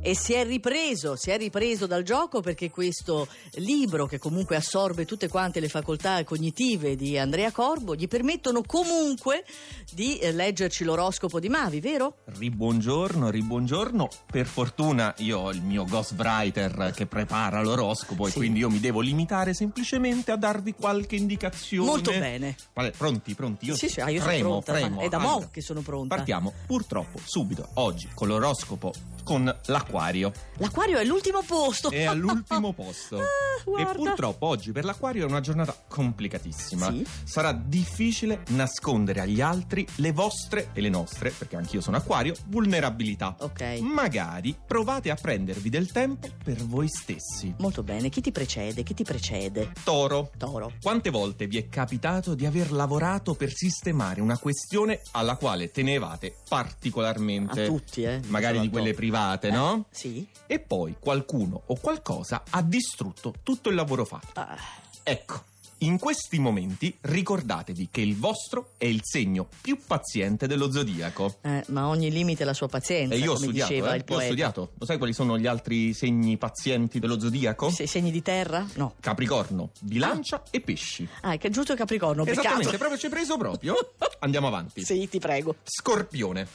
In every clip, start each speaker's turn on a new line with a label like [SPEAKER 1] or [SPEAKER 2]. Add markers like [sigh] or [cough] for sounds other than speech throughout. [SPEAKER 1] E si è ripreso, si è ripreso dal gioco perché questo libro, che comunque assorbe tutte quante le facoltà cognitive di Andrea Corbo, gli permettono comunque di eh, leggerci l'oroscopo di Mavi, vero?
[SPEAKER 2] Ribongiorno, ribongiorno. Per fortuna io ho il mio ghostwriter che prepara l'oroscopo e
[SPEAKER 1] Sì.
[SPEAKER 2] quindi io mi devo limitare semplicemente a darvi qualche indicazione.
[SPEAKER 1] Molto bene.
[SPEAKER 2] Vabbè, pronti, pronti? Io
[SPEAKER 1] Sì, sì, ah, io sono
[SPEAKER 2] premo,
[SPEAKER 1] pronta,
[SPEAKER 2] premo.
[SPEAKER 1] ma è da mo'
[SPEAKER 2] Allora,
[SPEAKER 1] che sono pronta.
[SPEAKER 2] Partiamo purtroppo subito oggi con l'oroscopo con l'acquario.
[SPEAKER 1] L'Aquario è all'ultimo posto.
[SPEAKER 2] È all'ultimo posto.
[SPEAKER 1] [laughs] Ah,
[SPEAKER 2] e
[SPEAKER 1] guarda.
[SPEAKER 2] purtroppo oggi per l'acquario è una giornata complicatissima.
[SPEAKER 1] Sì.
[SPEAKER 2] Sarà difficile nascondere agli altri le vostre e le nostre, perché anch'io sono acquario, vulnerabilità.
[SPEAKER 1] Ok.
[SPEAKER 2] Magari provate a prendervi del tempo per voi stessi.
[SPEAKER 1] Molto bene, chi ti precede? Chi ti precede?
[SPEAKER 2] Toro.
[SPEAKER 1] Toro.
[SPEAKER 2] Quante volte vi è capitato di aver lavorato per sistemare una questione alla quale tenevate particolarmente?
[SPEAKER 1] A tutti, eh.
[SPEAKER 2] Magari di
[SPEAKER 1] Diceva
[SPEAKER 2] quelle
[SPEAKER 1] Antonio.
[SPEAKER 2] private,
[SPEAKER 1] Eh,
[SPEAKER 2] no?
[SPEAKER 1] Sì.
[SPEAKER 2] E poi qualcuno o qualcosa ha distrutto tutto il lavoro fatto.
[SPEAKER 1] Ah,
[SPEAKER 2] Ecco, in questi momenti ricordatevi che il vostro è il segno più paziente dello zodiaco.
[SPEAKER 1] eh, ma ogni limite ha la sua pazienza,
[SPEAKER 2] E io ho
[SPEAKER 1] come
[SPEAKER 2] studiato,
[SPEAKER 1] diceva
[SPEAKER 2] eh,
[SPEAKER 1] il
[SPEAKER 2] io ho
[SPEAKER 1] poeta.
[SPEAKER 2] studiato. Lo sai quali sono gli altri segni pazienti dello zodiaco?
[SPEAKER 1] Se- segni di terra? No.
[SPEAKER 2] Capricorno, bilancia e pesci.
[SPEAKER 1] Ah, è che è giusto Capricorno,
[SPEAKER 2] Esattamente,
[SPEAKER 1] peccato.
[SPEAKER 2] proprio ci hai
[SPEAKER 1] [laughs]
[SPEAKER 2] preso proprio. Andiamo avanti.
[SPEAKER 1] Sì, ti prego.
[SPEAKER 2] Scorpione,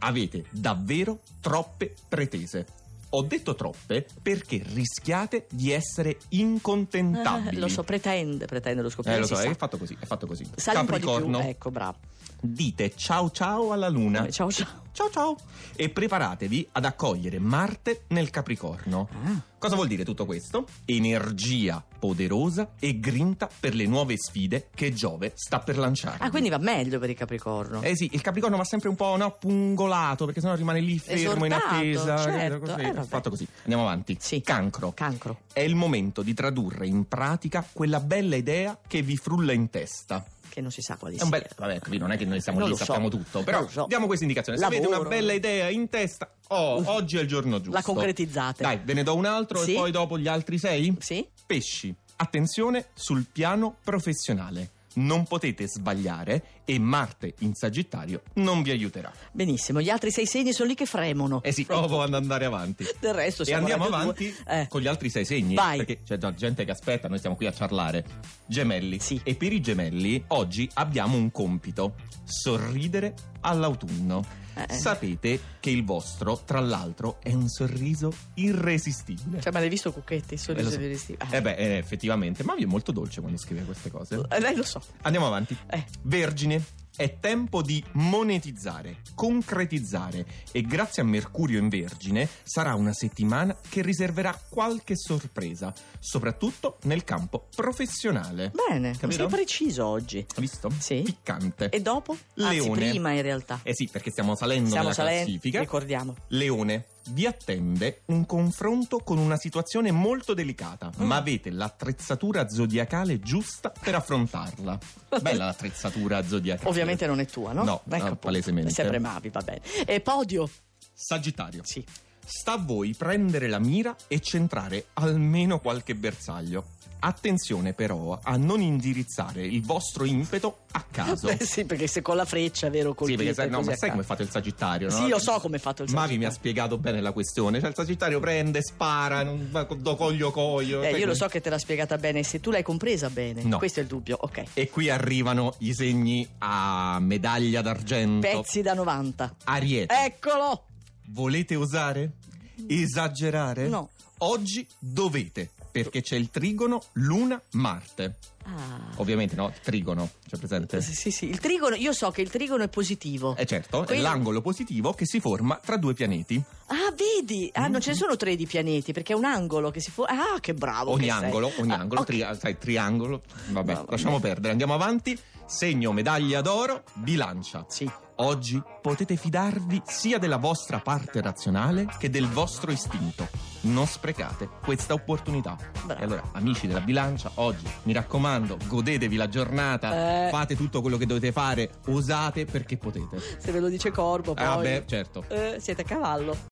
[SPEAKER 2] avete davvero troppe pretese. Ho detto troppe perché rischiate di essere incontentabili.
[SPEAKER 1] Eh, lo so, pretende, pretende lo scoprire.
[SPEAKER 2] Eh, lo so,
[SPEAKER 1] si
[SPEAKER 2] è
[SPEAKER 1] sa.
[SPEAKER 2] fatto così, è fatto così.
[SPEAKER 1] Sali un po' di
[SPEAKER 2] Capricorno,
[SPEAKER 1] più, ecco, bravo.
[SPEAKER 2] dite ciao ciao alla luna.
[SPEAKER 1] Ciao, ciao.
[SPEAKER 2] Ciao ciao e preparatevi ad accogliere Marte nel Capricorno.
[SPEAKER 1] Ah,
[SPEAKER 2] Cosa vuol dire tutto questo? Energia poderosa e grinta per le nuove sfide che Giove sta per lanciare.
[SPEAKER 1] Ah, quindi va meglio per il Capricorno.
[SPEAKER 2] Eh sì, il Capricorno va sempre un po' no, pungolato perché sennò rimane lì fermo in
[SPEAKER 1] Esortato,
[SPEAKER 2] attesa.
[SPEAKER 1] certo.
[SPEAKER 2] così.
[SPEAKER 1] Eh, vabbè.
[SPEAKER 2] fatto così. Andiamo avanti.
[SPEAKER 1] Sì.
[SPEAKER 2] Cancro.
[SPEAKER 1] Cancro.
[SPEAKER 2] È il momento di tradurre in pratica quella bella idea che vi frulla in testa.
[SPEAKER 1] Che non si sa quali
[SPEAKER 2] È un bel...
[SPEAKER 1] sia.
[SPEAKER 2] Vabbè, qui non è che noi siamo
[SPEAKER 1] Non
[SPEAKER 2] lì,
[SPEAKER 1] lo so.
[SPEAKER 2] sappiamo tutto. Però
[SPEAKER 1] Non lo so.
[SPEAKER 2] diamo questa indicazione. Se avete
[SPEAKER 1] Lavoro. Uh.
[SPEAKER 2] una bella idea in testa, oh, oggi è il giorno giusto.
[SPEAKER 1] La concretizzate.
[SPEAKER 2] Dai, ve ne do un altro
[SPEAKER 1] Sì?
[SPEAKER 2] e poi dopo gli altri sei?
[SPEAKER 1] Sì?
[SPEAKER 2] Pesci, attenzione sul piano professionale. Non potete sbagliare e Marte in Sagittario non vi aiuterà.
[SPEAKER 1] Benissimo, gli altri sei segni sono lì che fremono.
[SPEAKER 2] Eh sì,
[SPEAKER 1] Ecco.
[SPEAKER 2] provo ad andare avanti.
[SPEAKER 1] Del resto
[SPEAKER 2] E
[SPEAKER 1] siamo
[SPEAKER 2] andiamo
[SPEAKER 1] Radio
[SPEAKER 2] avanti
[SPEAKER 1] due. Eh.
[SPEAKER 2] con gli altri sei segni.
[SPEAKER 1] Vai.
[SPEAKER 2] Perché c'è già gente che aspetta, noi stiamo qui a ciarlare. Gemelli.
[SPEAKER 1] Sì.
[SPEAKER 2] E per i gemelli oggi abbiamo un compito: sorridere all'autunno.
[SPEAKER 1] Eh, eh.
[SPEAKER 2] Sapete che il vostro, tra l'altro, è un sorriso irresistibile.
[SPEAKER 1] Cioè, ah. ma l'hai visto Cucchetti? Sono
[SPEAKER 2] Eh, lo so.
[SPEAKER 1] i
[SPEAKER 2] Eh beh, eh, effettivamente, ma vi è molto dolce quando scrive queste cose.
[SPEAKER 1] Lei Eh, lo so.
[SPEAKER 2] Andiamo avanti.
[SPEAKER 1] Eh.
[SPEAKER 2] Vergine, è tempo di monetizzare, concretizzare e grazie a Mercurio in Vergine sarà una settimana che riserverà qualche sorpresa, soprattutto nel campo professionale.
[SPEAKER 1] Bene,
[SPEAKER 2] Capito?
[SPEAKER 1] sei preciso oggi.
[SPEAKER 2] Hai visto?
[SPEAKER 1] Sì.
[SPEAKER 2] Piccante.
[SPEAKER 1] E dopo? Anzi,
[SPEAKER 2] Leone.
[SPEAKER 1] prima in realtà.
[SPEAKER 2] Eh sì, perché stiamo salendo
[SPEAKER 1] Siamo
[SPEAKER 2] nella
[SPEAKER 1] salenti,
[SPEAKER 2] classifica.
[SPEAKER 1] ricordiamo.
[SPEAKER 2] Leone, vi attende un confronto con una situazione molto delicata,
[SPEAKER 1] Mm.
[SPEAKER 2] ma avete l'attrezzatura zodiacale giusta per
[SPEAKER 1] [laughs]
[SPEAKER 2] affrontarla. Bella l'attrezzatura zodiacale.
[SPEAKER 1] Ovviamente non è tua, no?
[SPEAKER 2] No,
[SPEAKER 1] Ecco
[SPEAKER 2] ah,
[SPEAKER 1] appunto.
[SPEAKER 2] palesemente.
[SPEAKER 1] È sempre Mavi, va bene. E podio?
[SPEAKER 2] Sagittario.
[SPEAKER 1] Sì.
[SPEAKER 2] Sta a voi prendere la mira e centrare almeno qualche bersaglio. Attenzione però a non indirizzare il vostro impeto a caso.
[SPEAKER 1] Eh [laughs] sì, perché se con la freccia, vero,
[SPEAKER 2] Sì,
[SPEAKER 1] colpite
[SPEAKER 2] perché sai, no,
[SPEAKER 1] così
[SPEAKER 2] ma
[SPEAKER 1] a
[SPEAKER 2] sai
[SPEAKER 1] caso.
[SPEAKER 2] come è fatto il Sagittario? no?
[SPEAKER 1] Sì, io so come è fatto il
[SPEAKER 2] Mavi mi ha
[SPEAKER 1] Sagittario.
[SPEAKER 2] spiegato bene la questione. Cioè, il Sagittario prende, spara, non va co- do coglio coglio.
[SPEAKER 1] Eh,
[SPEAKER 2] sai
[SPEAKER 1] io lo
[SPEAKER 2] come-
[SPEAKER 1] so che te l'ha spiegata bene, se tu l'hai compresa bene.
[SPEAKER 2] No.
[SPEAKER 1] Questo è il dubbio, ok.
[SPEAKER 2] E qui arrivano i segni a medaglia d'argento.
[SPEAKER 1] Pezzi Eh. da 90.
[SPEAKER 2] Ariete.
[SPEAKER 1] Eccolo!
[SPEAKER 2] Volete osare? Esagerare?
[SPEAKER 1] No.
[SPEAKER 2] Oggi dovete, perché c'è il trigono Luna-Marte.
[SPEAKER 1] Ah.
[SPEAKER 2] Ovviamente no, il trigono, c'è presente?
[SPEAKER 1] Sì, sì, sì. Il trigono, io so che il trigono è positivo.
[SPEAKER 2] Eh certo, è
[SPEAKER 1] Quindi-
[SPEAKER 2] l'angolo positivo che si forma tra due pianeti.
[SPEAKER 1] Ah, vedi? Ah, non ce
[SPEAKER 2] Mm.
[SPEAKER 1] ne sono tre di pianeti, perché è un angolo che si può. Ah, che bravo!
[SPEAKER 2] ogni
[SPEAKER 1] che sei.
[SPEAKER 2] angolo, ogni
[SPEAKER 1] Ah,
[SPEAKER 2] angolo,
[SPEAKER 1] ok.
[SPEAKER 2] tri- sai, triangolo. Vabbè,
[SPEAKER 1] No,
[SPEAKER 2] lasciamo perdere, andiamo avanti. Segno medaglia d'oro, bilancia.
[SPEAKER 1] Sì.
[SPEAKER 2] Oggi potete fidarvi sia della vostra parte razionale che del vostro istinto. Non sprecate questa opportunità.
[SPEAKER 1] Bravo.
[SPEAKER 2] E allora, amici della bilancia, oggi mi raccomando, godetevi la giornata,
[SPEAKER 1] Eh.
[SPEAKER 2] fate tutto quello che dovete fare, osate perché potete.
[SPEAKER 1] Se ve lo dice Corbo, poi.
[SPEAKER 2] Ah, beh, certo.
[SPEAKER 1] Eh, siete a cavallo.